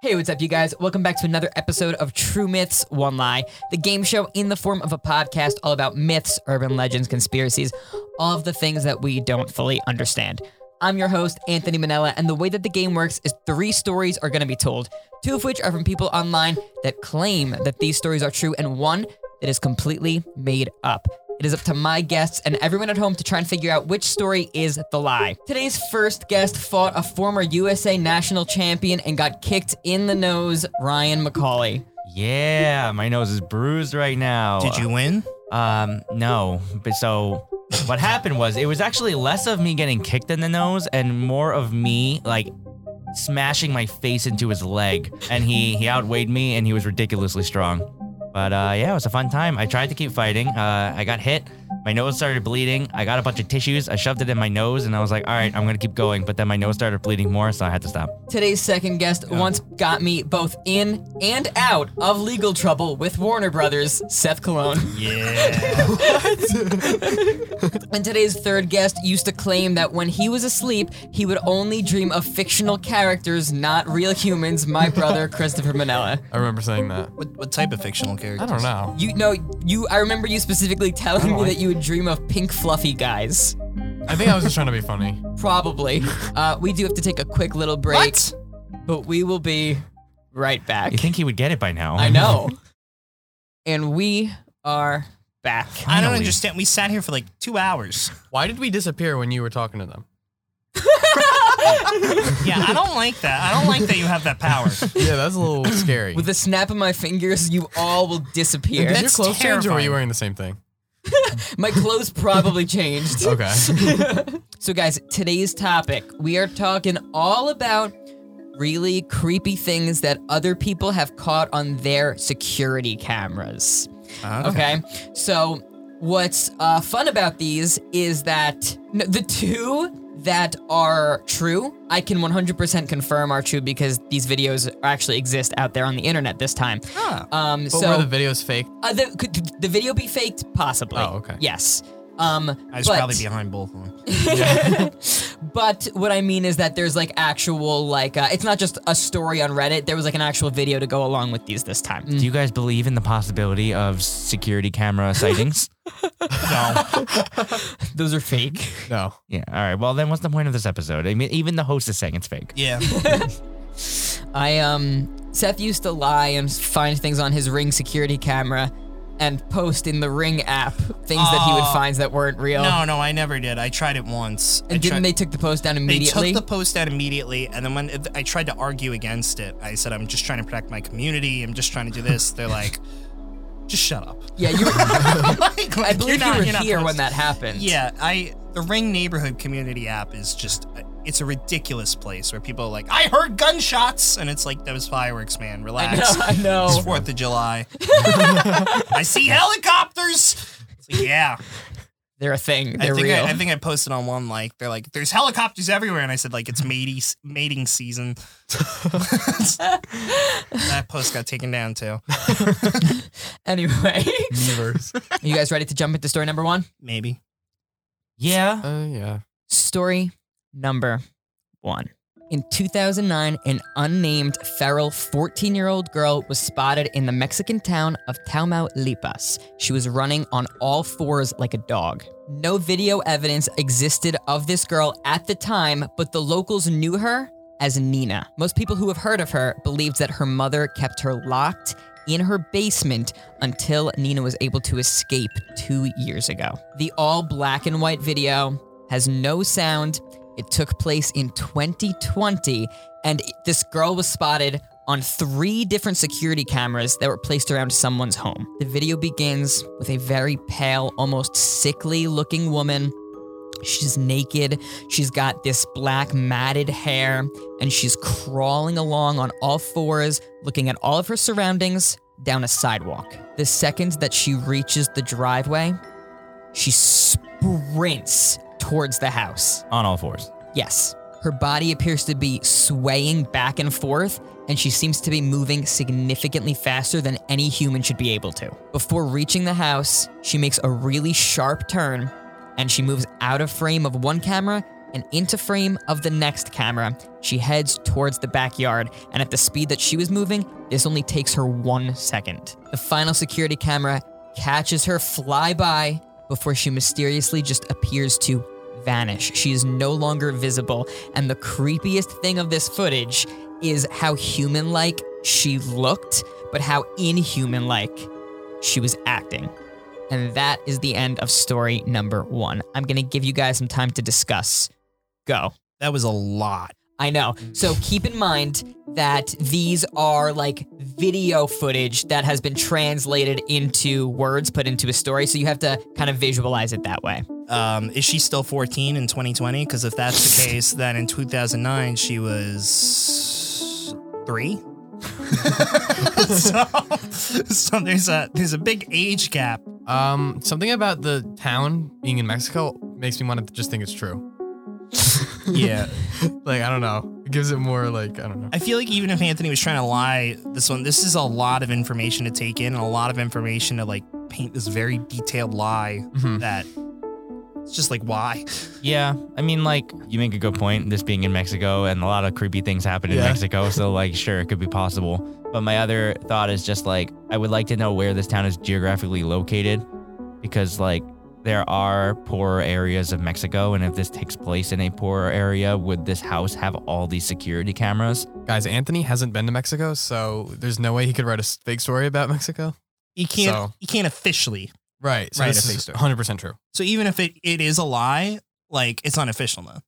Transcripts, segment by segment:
Hey, what's up, you guys? Welcome back to another episode of True Myths, One Lie, the game show in the form of a podcast all about myths, urban legends, conspiracies, all of the things that we don't fully understand. I'm your host, Anthony Manella, and the way that the game works is three stories are going to be told, two of which are from people online that claim that these stories are true, and one that is completely made up. It is up to my guests and everyone at home to try and figure out which story is the lie. Today's first guest fought a former USA national champion and got kicked in the nose, Ryan McCauley. Yeah, my nose is bruised right now. Did you win? Um, no. But so what happened was it was actually less of me getting kicked in the nose and more of me like smashing my face into his leg. And he he outweighed me and he was ridiculously strong. But uh, yeah, it was a fun time. I tried to keep fighting. Uh, I got hit. My nose started bleeding. I got a bunch of tissues. I shoved it in my nose and I was like, all right, I'm going to keep going. But then my nose started bleeding more, so I had to stop. Today's second guest once got me both in and out of legal trouble with Warner Brothers, Seth Cologne. Yeah. And today's third guest used to claim that when he was asleep, he would only dream of fictional characters, not real humans, my brother, Christopher Manella. I remember saying that. what, what type of fictional character? I don't know. You know, you. I remember you specifically telling me that you would dream of pink fluffy guys. I think I was just trying to be funny. Probably. Uh, we do have to take a quick little break, What? but we will be right back. You think he would get it by now? I know. and we are back. I don't Finally. understand. We sat here for like two hours. Why did we disappear when you were talking to them? Yeah, I don't like that. I don't like that you have that power. Yeah, that's a little scary. With the snap of my fingers, you all will disappear. did your that's clothes change or were terrifying. you wearing the same thing? my clothes probably changed. Okay. So, guys, today's topic, we are talking all about really creepy things that other people have caught on their security cameras. Ah. Okay. So, what's uh, fun about these is that n- the two that are true, I can 100% confirm are true because these videos actually exist out there on the internet this time. Um, Oh. But so, were the videos fake? uh, the, could the video be faked? Possibly. Oh, okay. Yes. Um, I was but- probably behind both of them. but what I mean is that there's like actual like uh, it's not just a story on Reddit. There was like an actual video to go along with these this time. Mm, Do you guys believe in the possibility of security camera sightings? No. Those are fake. No. yeah. All right. Well, then what's the point of this episode? I mean, even the host is saying it's fake. Yeah. I um Seth used to lie and find things on his Ring security camera and post in the Ring app things that he would Oh. find that weren't real. No, no, I never did. I tried it once. I And didn't tried- they took the post down They immediately? took the post out immediately, and then when I tried to argue against it, I said, "I'm just trying to protect my community. I'm just trying to do this." They're like, "Just shut up." yeah, you. Like, I like, you're believe you not- were you're not here supposed when to- that happened. Yeah, I the Ring neighborhood community app is just it's a ridiculous place where people are like, I heard gunshots, and it's like that was fireworks, man. I Relax. know. I It's know. Fourth of July. I see helicopters. It's like, yeah, They're a thing. I They're think real. I, I think I posted on one like they're like there's helicopters everywhere, and I said like it's matey, mating season. that post got taken down too. anyway, Universe. you guys ready to jump into story number one? Maybe. Yeah. Uh, yeah. Story number one. In 2009, an unnamed feral 14 year old girl was spotted in the Mexican town of Tamaulipas. She was running on all fours like a dog. No video evidence existed of this girl at the time, but the locals knew her as Nina. Most people who have heard of her believed that her mother kept her locked in her basement until Nina was able to escape two years ago. The all black and white video has no sound. It took place in 2020, and it- this girl was spotted on three different security cameras that were placed around someone's home. The video begins with a very pale, almost sickly looking woman She's naked. She's got this black matted hair, and she's crawling along on all fours, looking at all of her surroundings down a sidewalk. The second that she reaches the driveway, she sprints towards the house. On all fours. Yes. Her body appears to be swaying back and forth, and she seems to be moving significantly faster than any human should be able to. Before reaching the house, she makes a really sharp turn and she moves out of frame of one camera and into frame of the next camera. She heads towards the backyard, and at the speed that she was moving, this only takes her one second. The final security camera catches her fly by before she mysteriously just appears to vanish. She is no longer visible, and the creepiest thing of this footage is how human like she looked, but how inhuman like she was acting. And that is the end of story number one. I'm going to give you guys some time to discuss. Go. That was a lot. I know. So keep in mind that these are like video footage that has been translated into words put into a story. So you have to kind of visualize it that way. Um, is she still 14 in 2020? Because if that's the case, then in 2009 she was three. so, so there's a there's a big age gap. Um, something about the town being in Mexico makes me want to just think it's true. Yeah, Like I don't know, it gives it more like I don't know. I feel like even if Anthony was trying to lie, this one this is a lot of information to take in and a lot of information to like paint this very detailed lie Mhm. that it's just like why. Yeah, I mean, like you make a good point. This being in Mexico and a lot of creepy things happen in Yeah. Mexico, so like, sure, it could be possible. But my other thought is just like, I would like to know where this town is geographically located, because like there are poorer areas of Mexico, and if this takes place in a poorer area, would this house have all these security cameras? Guys, Anthony hasn't been to Mexico, so there's no way he could write a s- fake story about Mexico. You can't So- you can't officially. Right. So Right, this a fake is story. 100% true. So even if it, it is a lie, like it's unofficial though.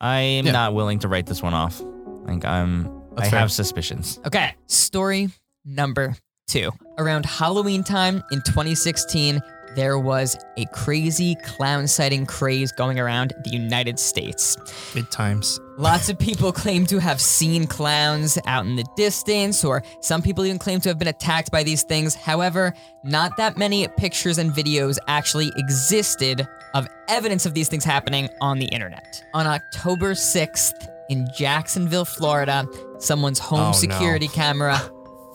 I'm Yeah. not willing to write this one off. Like I'm, That's I fair. have suspicions. Okay, story number two. Around Halloween time in 2016, there was a crazy clown sighting craze going around the United States. Good times. Lots of people claim to have seen clowns out in the distance, or some people even claim to have been attacked by these things. However, not that many pictures and videos actually existed of evidence of these things happening on the internet. On October 6th, in Jacksonville, Florida, someone's home Oh, no. security camera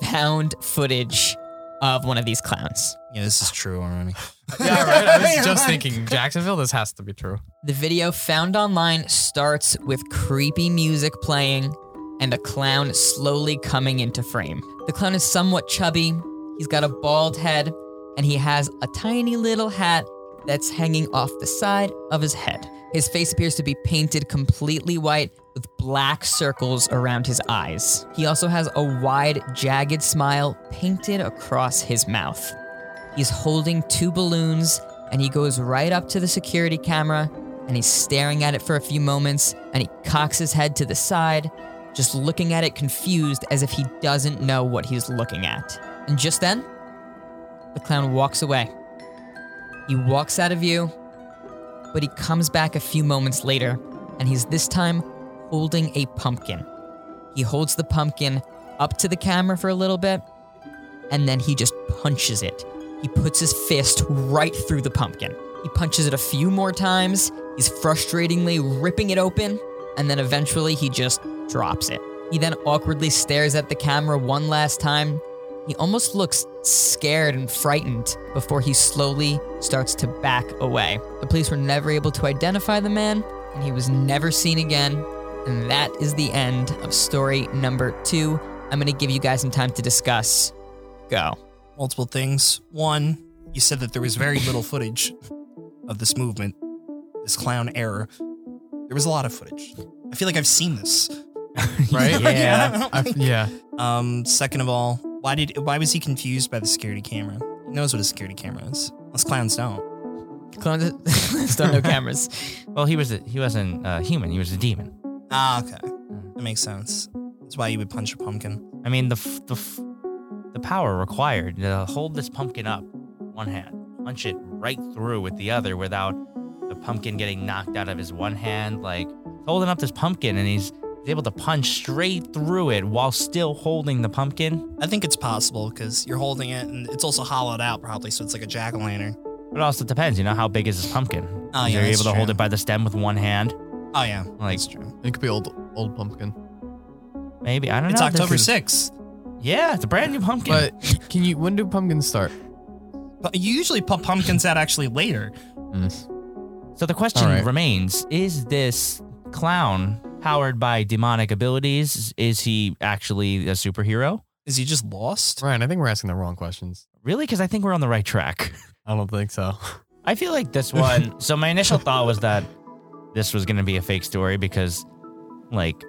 found footage of one of these clowns. Yeah, this is true already. Yeah, right. I was just Right. thinking Jacksonville, this has to be true. The video found online starts with creepy music playing and a clown slowly coming into frame. The clown is somewhat chubby, he's got a bald head, and he has a tiny little hat that's hanging off the side of his head. His face appears to be painted completely white with black circles around his eyes. He also has a wide, jagged smile painted across his mouth. He's holding two balloons and he goes right up to the security camera and he's staring at it for a few moments and he cocks his head to the side, just looking at it confused as if he doesn't know what he's looking at. And just then, the clown walks away. He walks out of view, but he comes back a few moments later and he's this time holding a pumpkin. He holds the pumpkin up to the camera for a little bit and then he just punches it. He puts his fist right through the pumpkin. He punches it a few more times. He's frustratingly ripping it open, and then eventually he just drops it. He then awkwardly stares at the camera one last time. He almost looks scared and frightened before he slowly starts to back away. The police were never able to identify the man, and he was never seen again. And that is the end of story number two. I'm going to give you guys some time to discuss. Go. multiple things. One, you said that there was very little footage of this movement, this clown error. There was a lot of footage. I feel like I've seen this. Right? Yeah. I- yeah. Um, second of all, why did why was he confused by the security camera? He knows what a security camera is. Unless clowns don't. Clones don't know cameras. Well, he was a, he wasn't uh, human. He was a demon. Ah, okay. That makes sense. That's why you would punch a pumpkin. I mean, the f- the f- the power required to hold this pumpkin up one hand, punch it right through with the other without the pumpkin getting knocked out of his one hand. Like holding up this pumpkin, and he's able to punch straight through it while still holding the pumpkin. I think it's possible because you're holding it and it's also hollowed out probably, so it's like a jack o' lantern. But it also depends, you know, how big is this pumpkin? Oh, Is yeah, You're that's able to hold true. it by the stem with one hand. Oh yeah, Like that's true. It could be old old pumpkin. maybe I don't It's know. This October is- sixth. Yeah, it's a brand new pumpkin. But can you when do pumpkins start? But you usually put pumpkins out actually later. So the question All right. remains is this clown powered by demonic abilities? Is he actually a superhero? Is he just lost? Ryan, I think we're asking the wrong questions. Really? Because I think we're on the right track. I don't think so. I feel like this one. so my initial thought was that this was going to be a fake story because, like,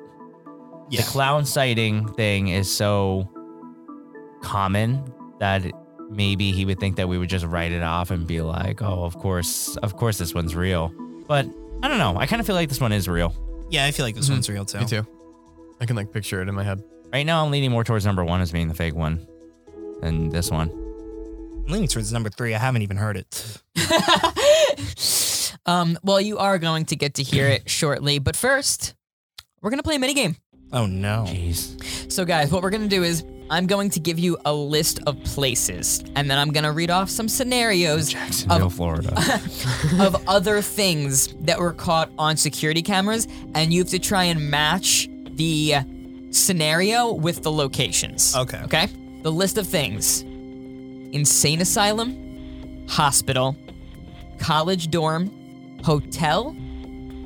Yeah. the clown sighting thing is so common that maybe he would think that we would just write it off and be like, "Oh, of course, of course, this one's real." But I don't know. I kind of feel like this one is real. Yeah, I feel like this Mhm. one's real Mm-hmm. too. Me too. I can like picture it in my head. Right now, I'm leaning more towards number one as being the fake one than this one. I'm leaning towards number three. I haven't even heard it. um, well, you are going to get to hear it shortly, but first, we're going to play a minigame. Oh no. Jeez. So, guys, what we're gonna do is I'm going to give you a list of places, and then I'm gonna read off some scenarios Jacksonville, Florida. of other things that were caught on security cameras, and you have to try and match the scenario with the locations. Okay. Okay? The list of things insane asylum, hospital, college dorm, hotel,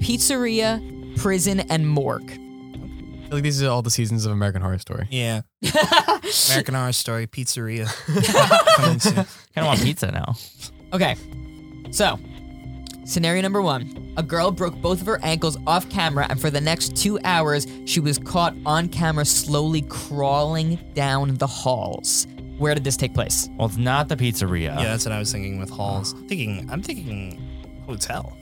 pizzeria, prison, and morgue. I feel like these are all the seasons of American Horror Story. Yeah. American Horror Story Pizzeria. Coming soon. kind of want pizza now. Okay. So, scenario number one a girl broke both of her ankles off camera, and for the next two hours, she was caught on camera slowly crawling down the halls. Where did this take place? Well, it's not the pizzeria. Yeah, that's what I was thinking with halls. Thinking, I'm thinking hotel.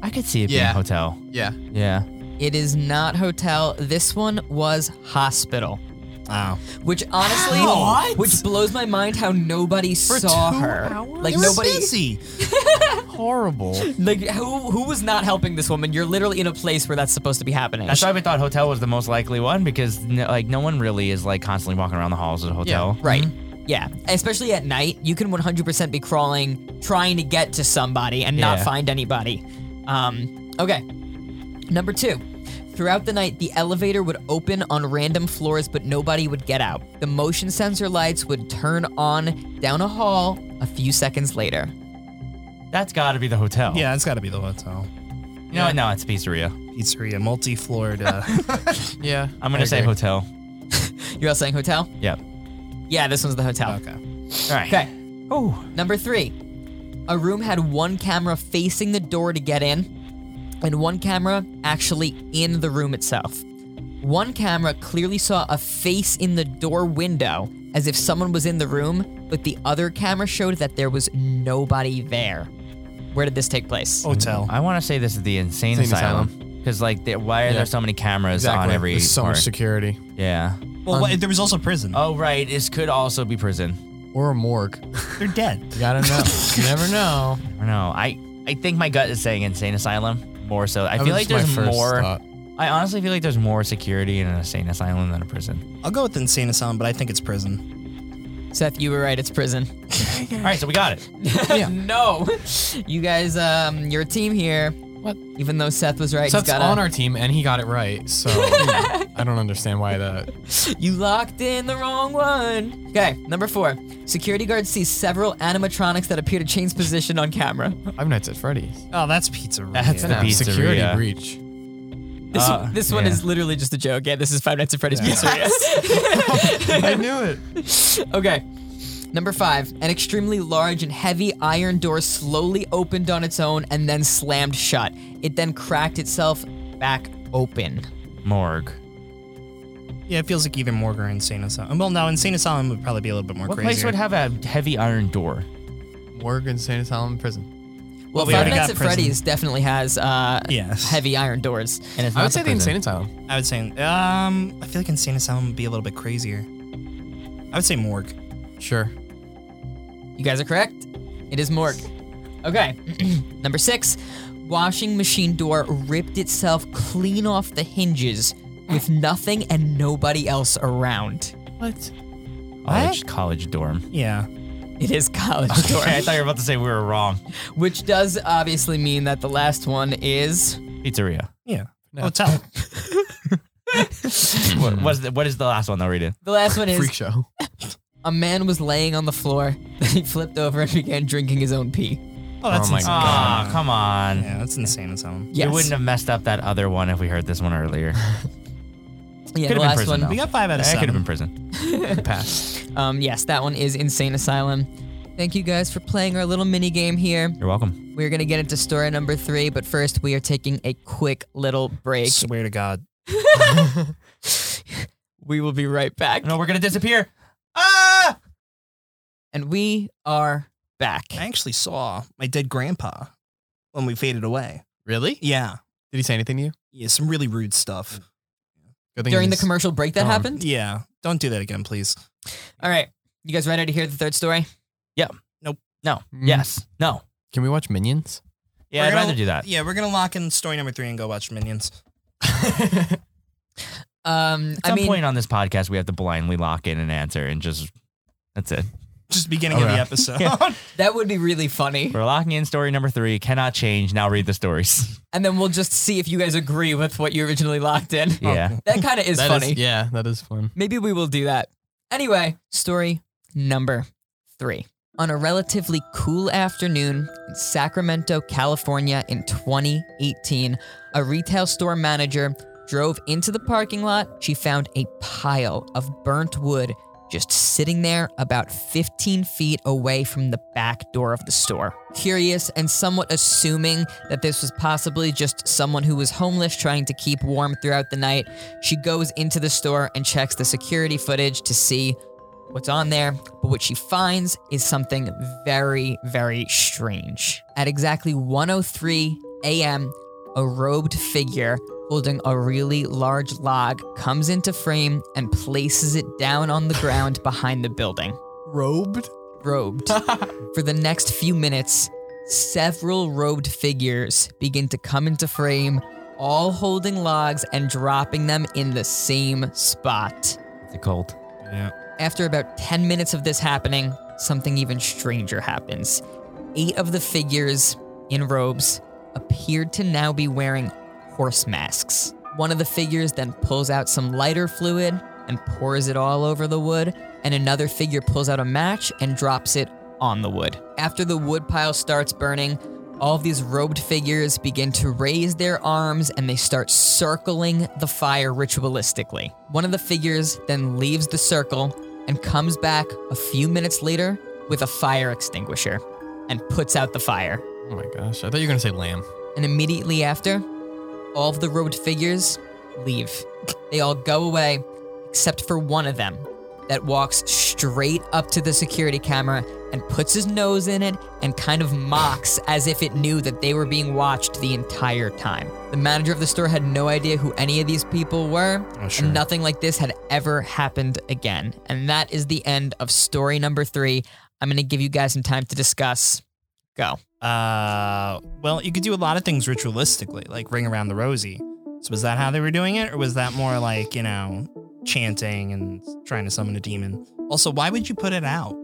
I could see it being Yeah. a hotel. Yeah. Yeah. It is not hotel. This one was hospital, Wow. which honestly, How? which blows my mind how nobody saw her. Like It was nobody, busy. Horrible. like who who was not helping this woman? You're literally in a place where that's supposed to be happening. That's why we thought hotel was the most likely one because no, like no one really is like constantly walking around the halls of a hotel. Right. Yeah. Especially at night, you can 100% be crawling, trying to get to somebody and not Yeah. find anybody. Um, okay. Number two. Throughout the night, the elevator would open on random floors, but nobody would get out. The motion sensor lights would turn on down a hall a few seconds later. That's got to be the hotel. Yeah, it's got to be the hotel. You know what? No, it's pizzeria. Pizzeria, multi-floored. Uh, Yeah. I'm gonna I say agree. hotel. You're all saying hotel? Yep. Yeah, this one's the hotel. okay. All right. Okay. Oh, Number three, a room had one camera facing the door to get in, and one camera actually in the room itself. One camera clearly saw a face in the door window as if someone was in the room, but the other camera showed that there was nobody there. Where did this take place? Oh. Hotel. I want to say this is the insane, Insane asylum because like there- why are Yeah. there so many cameras on Exactly. every There's so part? much security. yeah. Well, wait, there was also prison. Oh right, this could also be prison. Or a morgue. They're dead. You gotta know. you never know. I don't know. I I think my gut is saying insane asylum more so. I That feel was like just my there's first more. thought. I honestly feel like there's more security in an insane asylum than a prison. I'll go with insane asylum, but I think it's prison. Seth, you were right. It's prison. All right, so we got it. no, you guys, um, your team here. What? Even though Seth was right, Seth's he's got on our team and he got it right, so I don't understand why that. You locked in the wrong one. Okay, number four. Security guard sees several animatronics that appear to change position on camera. I've Nights at Freddy's. Oh, that's pizzeria. That's Yeah, pizzeria. security breach. This, Uh, this one yeah. is literally just a joke. Yeah, this is Five Nights at Freddy's pizzeria. I knew it. okay. Number five. An extremely large and heavy iron door slowly opened on its own and then slammed shut. It then cracked itself back open. Morgue. Yeah, it feels like even more or insane asylum. Well, no, insane asylum would probably be a little bit more What crazy. place would have a heavy iron door? Morgue, insane asylum, prison. Well, we Five already Nights got at prison. Freddy's definitely has uh, Yes. heavy iron doors. And it's I not would say the prison. insane asylum. I would say. Um, I feel like insane asylum would be a little bit crazier. I would say morgue. Sure. You guys are correct. It is Morg. Okay. Number six. Washing machine door ripped itself clean off the hinges with nothing and nobody else around. What? College, college dorm. Yeah. It is college door. I thought you were about to say we were wrong. Which does obviously mean that the last one is Pizzeria. Yeah. No. Hotel. what, what's the, what is the last one though, Rita? the last one Freak is show. a man was laying on the floor, then he flipped over and began drinking his own pee. Oh, that's Oh my insane. Ah, come on. Yeah, that's insane asylum. Yes. You wouldn't have messed up that other one if we heard this one earlier. yeah, could've the been last prison, one. though. We got five out of I could have seven. been prison. Pass. Um, yes, that one is Insane Asylum. Thank you guys for playing our little mini game here. You're welcome. We're gonna get into story number three, but first we are taking a quick little break. Swear to God. We will be right back. No, we're gonna disappear. Ah! And we are back. I actually saw my dead grandpa when we faded away. Really? Yeah. Did he say anything to you? Yeah, some really rude stuff. Good thing During the he's- commercial break that Oh, Gone. happened? Yeah. Don't do that again, please. All right. You guys ready to hear the third story? No. Mm. Yes. No. Can we watch Minions? Yeah, We're I'd gonna- rather do that. Yeah, we're gonna lock in story number three and go watch Minions. Um, At I some mean, point on this podcast, we have to blindly lock in an answer and just that's it. Just beginning of Oh, Okay. the episode. that would be really funny. We're locking in story number three. Cannot change. Now read the stories. And then we'll just see if you guys agree with what you originally locked in. Yeah. That kind of is That is- funny. yeah, that is fun. Maybe we will do that. Anyway, story number three. On a relatively cool afternoon in Sacramento, California in 2018, a retail store manager drove into the parking lot. She found a pile of burnt wood just sitting there about 15 feet away from the back door of the store. Curious and somewhat assuming that this was possibly just someone who was homeless trying to keep warm throughout the night, she goes into the store and checks the security footage to see what's on there, but what she finds is something very, very strange. At exactly 1:03 a.m., a robed figure holding a really large log comes into frame and places it down on the ground behind the building. Robed? Robed. For the next few minutes, several robed figures begin to come into frame, all holding logs and dropping them in the same spot. It's a cult. After about 10 minutes of this happening, something even stranger happens. Eight of the figures in robes appeared to now be wearing horse masks. One of the figures then pulls out some lighter fluid and pours it all over the wood, and another figure pulls out a match and drops it on the wood. After the wood pile starts burning, all of these robed figures begin to raise their arms and they start circling the fire ritualistically. One of the figures then leaves the circle and comes back a few minutes later with a fire extinguisher and puts out the fire. Oh my gosh. I thought you were going to say lamb. And immediately after, all of the robed figures leave. They all go away, except for one of them that walks straight up to the security camera and puts his nose in it and kind of mocks as if it knew that they were being watched the entire time. The manager of the store had no idea who any of these people were, and nothing like this had ever happened again. And that is the end of story number three. I'm gonna give you guys some time to discuss. Go. Uh, well, you could do a lot of things ritualistically, like ring around the rosy. So was that how they were doing it, or was that more like you know chanting and trying to summon a demon? Also, why would you put it out?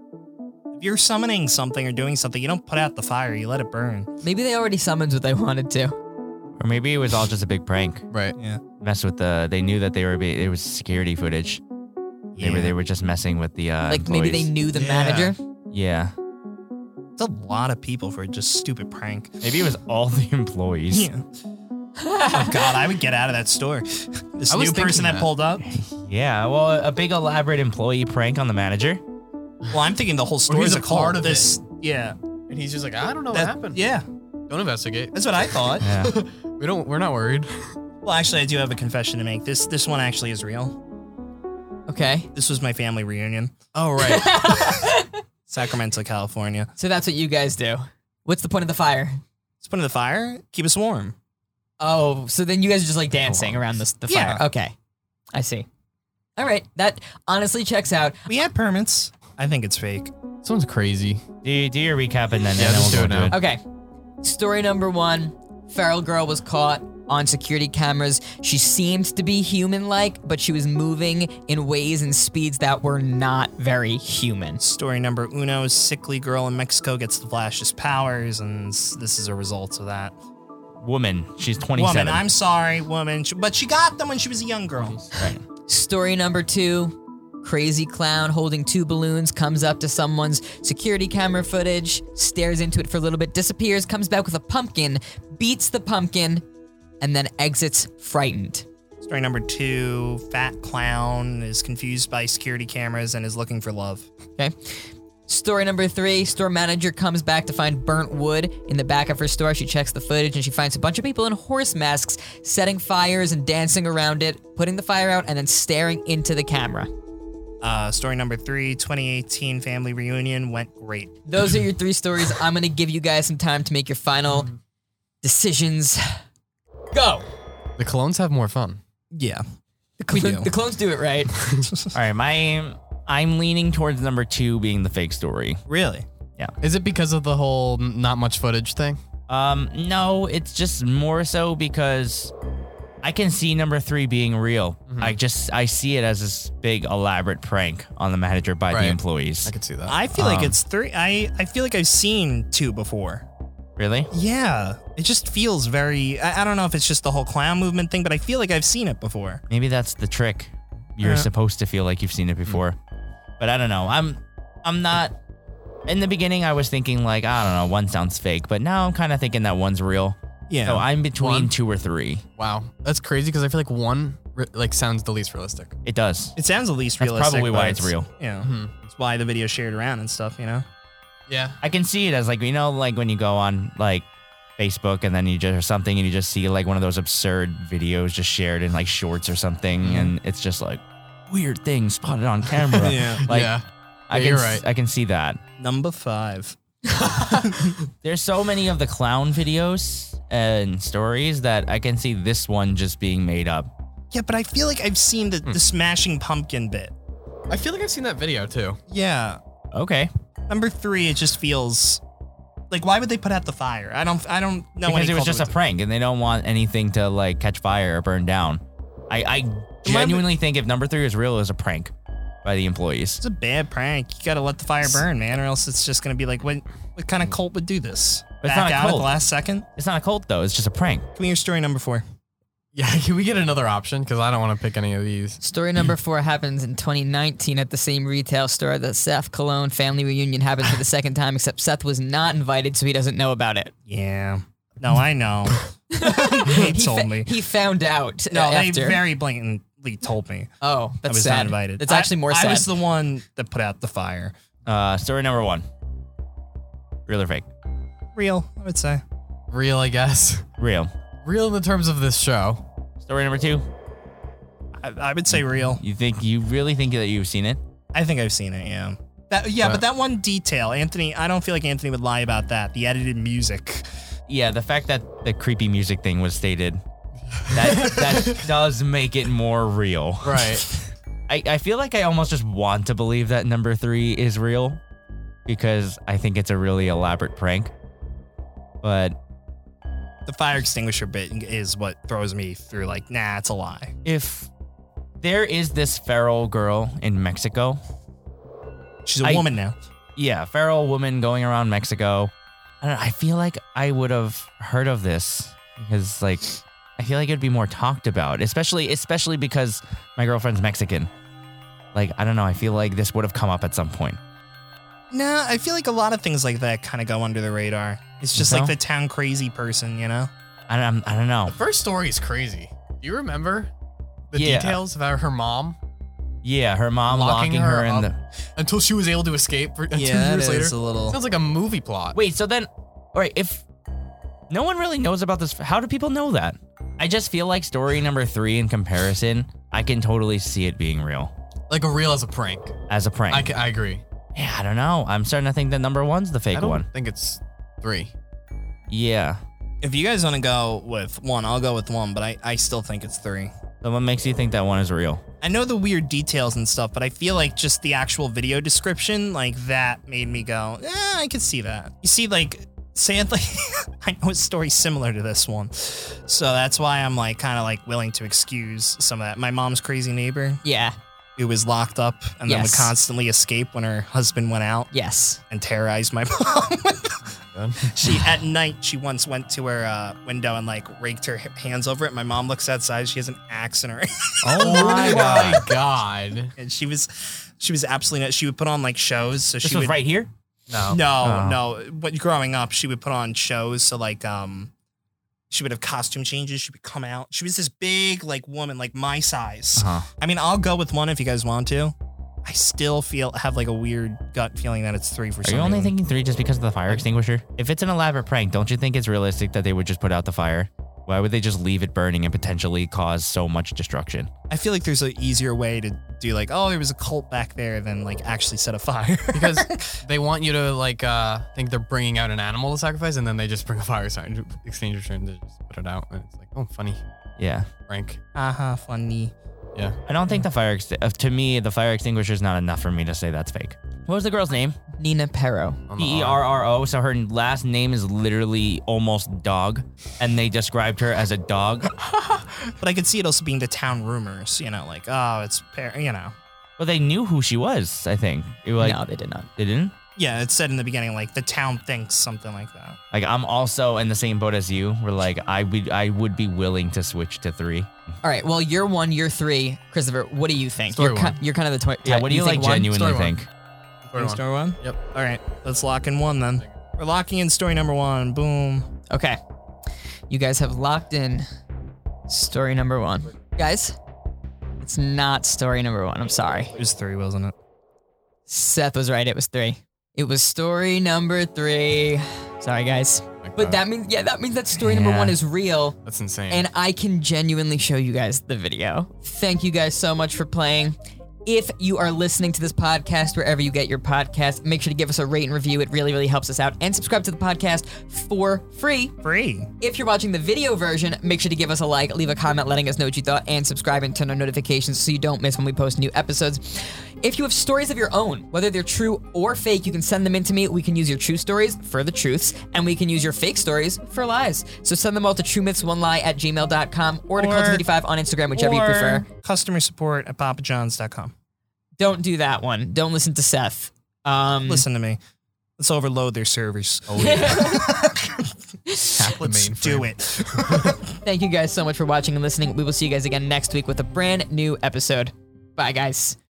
If you're summoning something or doing something, you don't put out the fire; you let it burn. Maybe they already summoned what they wanted to. Or maybe it was all just a big prank. Right. Yeah, Mess with the. They knew that they were. Be, it was security footage. They were. They were just messing with the. Uh, like maybe they employees. knew the Yeah. manager. Yeah. It's a lot of people for just stupid prank. Maybe it was all the employees. Yeah. oh God, I would get out of that store. This I was new person thinking that that. pulled up. Yeah, well, a big elaborate employee prank on the manager. Well, I'm thinking the whole store he's is a a cult. part of this. Yeah, And he's just like, I don't know That- what happened. yeah, Don't investigate. that's what I thought. Yeah. We don't. We're not worried. Well, actually, I do have a confession to make. This this one actually is real. Okay, This was my family reunion, Oh right. Sacramento, California. so that's what you guys do. What's the point of the fire? Let's put in the fire. Keep us warm. Oh, so then you guys are just like dancing around the, the fire. Yeah. Okay, I see. All right, that honestly checks out. We had permits. I think it's fake. Sounds crazy. do, do your recap and then, Yeah, and then let's we'll do go it now. to Okay, story number one: Feral girl was caught on security cameras. She seemed to be human-like, but she was moving in ways and speeds that were not very human. Story number uno: sickly girl in Mexico gets the Flash's powers, and s- this is a result of that. Woman, she's 27. Woman, I'm sorry, woman, She- but she got them when she was a young girl. Right. Story number two crazy clown holding two balloons comes up to someone's security camera footage, stares into it for a little bit, disappears, comes back with a pumpkin, beats the pumpkin, and then exits frightened. Story number two Fat Clown is confused by security cameras and is looking for love. Okay. Story number three store manager comes back to find burnt wood in the back of her store. She checks the footage and she finds a bunch of people in horse masks setting fires and dancing around it, putting the fire out, and then staring into the camera. Uh, story number three 2018 family reunion went great. Those are your three stories. I'm going to give you guys some time to make your final decisions. Go! The clones have more fun. Yeah. The, We cl- do. the clones do it right. All right, my I'm leaning towards number two being the fake story. Really? Is it because of the whole n- not much footage thing? Um, no, it's just more so because I can see number three being real. I just I see it as this big elaborate prank on the manager by Right. the employees. I could see that. I feel like Um, it's three. I, I feel like I've seen two before. Really? Yeah. It just feels very. I, I don't know if it's just the whole clown movement thing, but I feel like I've seen it before. Maybe that's the trick. You're Yeah. supposed to feel like you've seen it before. But I don't know. I'm I'm not in the beginning I was thinking like, I don't know, one sounds fake, but now I'm kinda thinking that one's real. Yeah. So I'm between One. two or three. wow, that's crazy because I feel like one re- like sounds the least realistic. It does. it sounds at least That's realistic. probably why but it's real. Hmm. Yeah. Mhm. It's why the video shared around and stuff, you know? Yeah, I can see it as like you know, like when you go on like Facebook and then you just or something and you just see like one of those absurd videos just shared in like shorts or something, Mhm. and it's just like weird things spotted on camera. Like yeah. I Yeah, can you're s- right. I can see that. Number five. There's so many of the clown videos and stories that I can see this one just being made up. Yeah, but I feel like I've seen the, Hmm. the smashing pumpkin bit. I feel like I've seen that video too. Yeah. Okay, Number three, it just feels like why would they put out the fire? I don't I don't know because any it was just a culprits. prank and they don't want anything to like catch fire or burn down. I, I genuinely think if number three was real, it was a prank by the employees. It's a bad prank. You gotta let the fire burn, man, or else it's just gonna be like what what kind of cult would do this? But it's not Back a out at cult. the last second? It's not a cult though; it's just a prank. Come here, story number four. Yeah, can we get another option? Because I don't want to pick any of these. Story number four happens in 2019 at the same retail store. The Seth Cologne family reunion happens for the second time, except Seth was not invited, so he doesn't know about it. Yeah. No, I know. they told fa- me. He found out. No, uh, they after. very blatantly told me. Oh, I that's was sad. not invited. It's I- actually more I sad. was the one that put out the fire. Uh, story number one. Real or fake? Real, I would say. Real, I guess. Real. Real in the terms of this show. Story number two. I, I would say real. You think you really think that you've seen it? I think I've seen it. Yeah. That, yeah, but But- that one detail, Anthony. I don't feel like Anthony would lie about that. The edited music. Yeah, the fact that the creepy music thing was stated. That that does make it more real. Right. I, I feel like I almost just want to believe that number three is real because I think it's a really elaborate prank. But The fire extinguisher bit is what throws me through. Like, nah, it's a lie. if there is this feral girl in Mexico She's a I- woman now. yeah, feral woman going around Mexico. I don't know, I feel like I would have heard of this because like I feel like it'd be more talked about, especially especially because my girlfriend's Mexican. Like I don't know, I feel like this would have come up at some point. Nah, I feel like a lot of things like that kind of go under the radar. It's just You like know? the town crazy person, you know. I don't I don't know. First story is crazy. Do you remember the Yeah. details about her mom Yeah, her mom locking, Locking her, her in up. the until she was able to escape for, two years later? little. Sounds like a movie plot. Wait, so then all right, if no one really knows about this, how do people know that? I just feel like story number 3 in comparison, I can totally see it being real Like a real as a prank. as a prank. I, ca- I agree. yeah, I don't know. I'm starting to think that number 1's the I fake don't one. think it's three. Yeah. If you guys want to go with one, I'll go with one, but I, I still think it's three. So what makes you think that one is real? I know the weird details and stuff, but I feel like just the actual video description, like that made me go, eh, I could see that. You see, like, sadly, I know a story similar to this one. So that's why I'm like kind of like willing to excuse some of that. My mom's crazy neighbor yeah. who was locked up and then would Yes. constantly escape when her husband went out Yes. and terrorized my mom. good. She at night she once went to her uh, window and like raked her h- hands over it. My mom looks outside. She has an axe in her, hand, Oh my god. god. and she was she was absolutely. She would put on like shows. So This she was would right here. No. No, Oh. no. When growing up, she would put on shows. So like, um, she would have costume changes. She would come out. She was this big like woman, like my size. Uh-huh. I mean, I'll go with one if you guys want to. I still feel have like a weird gut feeling that it's three for Are some you only reason. thinking three just because of the fire extinguisher? If it's an elaborate prank, don't you think it's realistic that they would just put out the fire? Why would they just leave it burning and potentially cause so much destruction? I feel like there's an easier way to do like, oh, there was a cult back there than like actually set a fire. Because they want you to like uh think they're bringing out an animal to sacrifice, and then they just bring a fire sign extinguisher and they just put it out, and it's like, oh, funny, Yeah. Frank. Aha, uh-huh, funny. I don't think the fire, exti- uh, to me, the fire extinguisher is not enough for me to say that's fake. What was the girl's name? Nina Perro. on the E E arm. R R O. So her last name is literally almost dog, and they described her as a dog. But I could see it also being the town rumors, you know, like, oh, it's, par- you know. Well, they knew who she was, I think. It was like, no, they did not. They didn't? Yeah, it said in the beginning, like, the town thinks something like that. Like, I'm also in the same boat as you, where like, I would, I would be willing to switch to three. All right. Well, you're one, you're three. Christopher, what do you think? Story you're, ki- one. you're kind of the twi- Yeah, what do you, like think one? genuinely Story one. think? Third one. Star one? Yep. All right, let's lock in one then. We're locking in story number one. Boom. Okay. You guys have locked in story number one. Guys, it's not story number one. I'm sorry. It was three, wasn't it? Seth was right. It was three. It was story number three. Sorry, guys. Like But that means, yeah, that means that story number Yeah. one is real. That's insane. And I can genuinely show you guys the video. Thank you guys so much for playing. If you are listening to this podcast, wherever you get your podcast, make sure to give us a rate and review. It really, really helps us out. And subscribe to the podcast for free. Three. If you're watching the video version, make sure to give us a like, leave a comment letting us know what you thought, and subscribe and turn on notifications so you don't miss when we post new episodes. If you have stories of your own, whether they're true or fake, you can send them in to me. We can use your true stories for the truths, and we can use your fake stories for lies. So send them all to truemythsonely at gmail.com or to Or- Cult55 on Instagram, whichever you or- prefer. Customer support at papajohns.com. Don't do that one. Don't listen to Seth. Um, Listen to me. Let's overload their servers. oh, yeah. Let's the mainframe. do it. Thank you guys so much for watching and listening. We will see you guys again next week with a brand new episode. Bye, guys.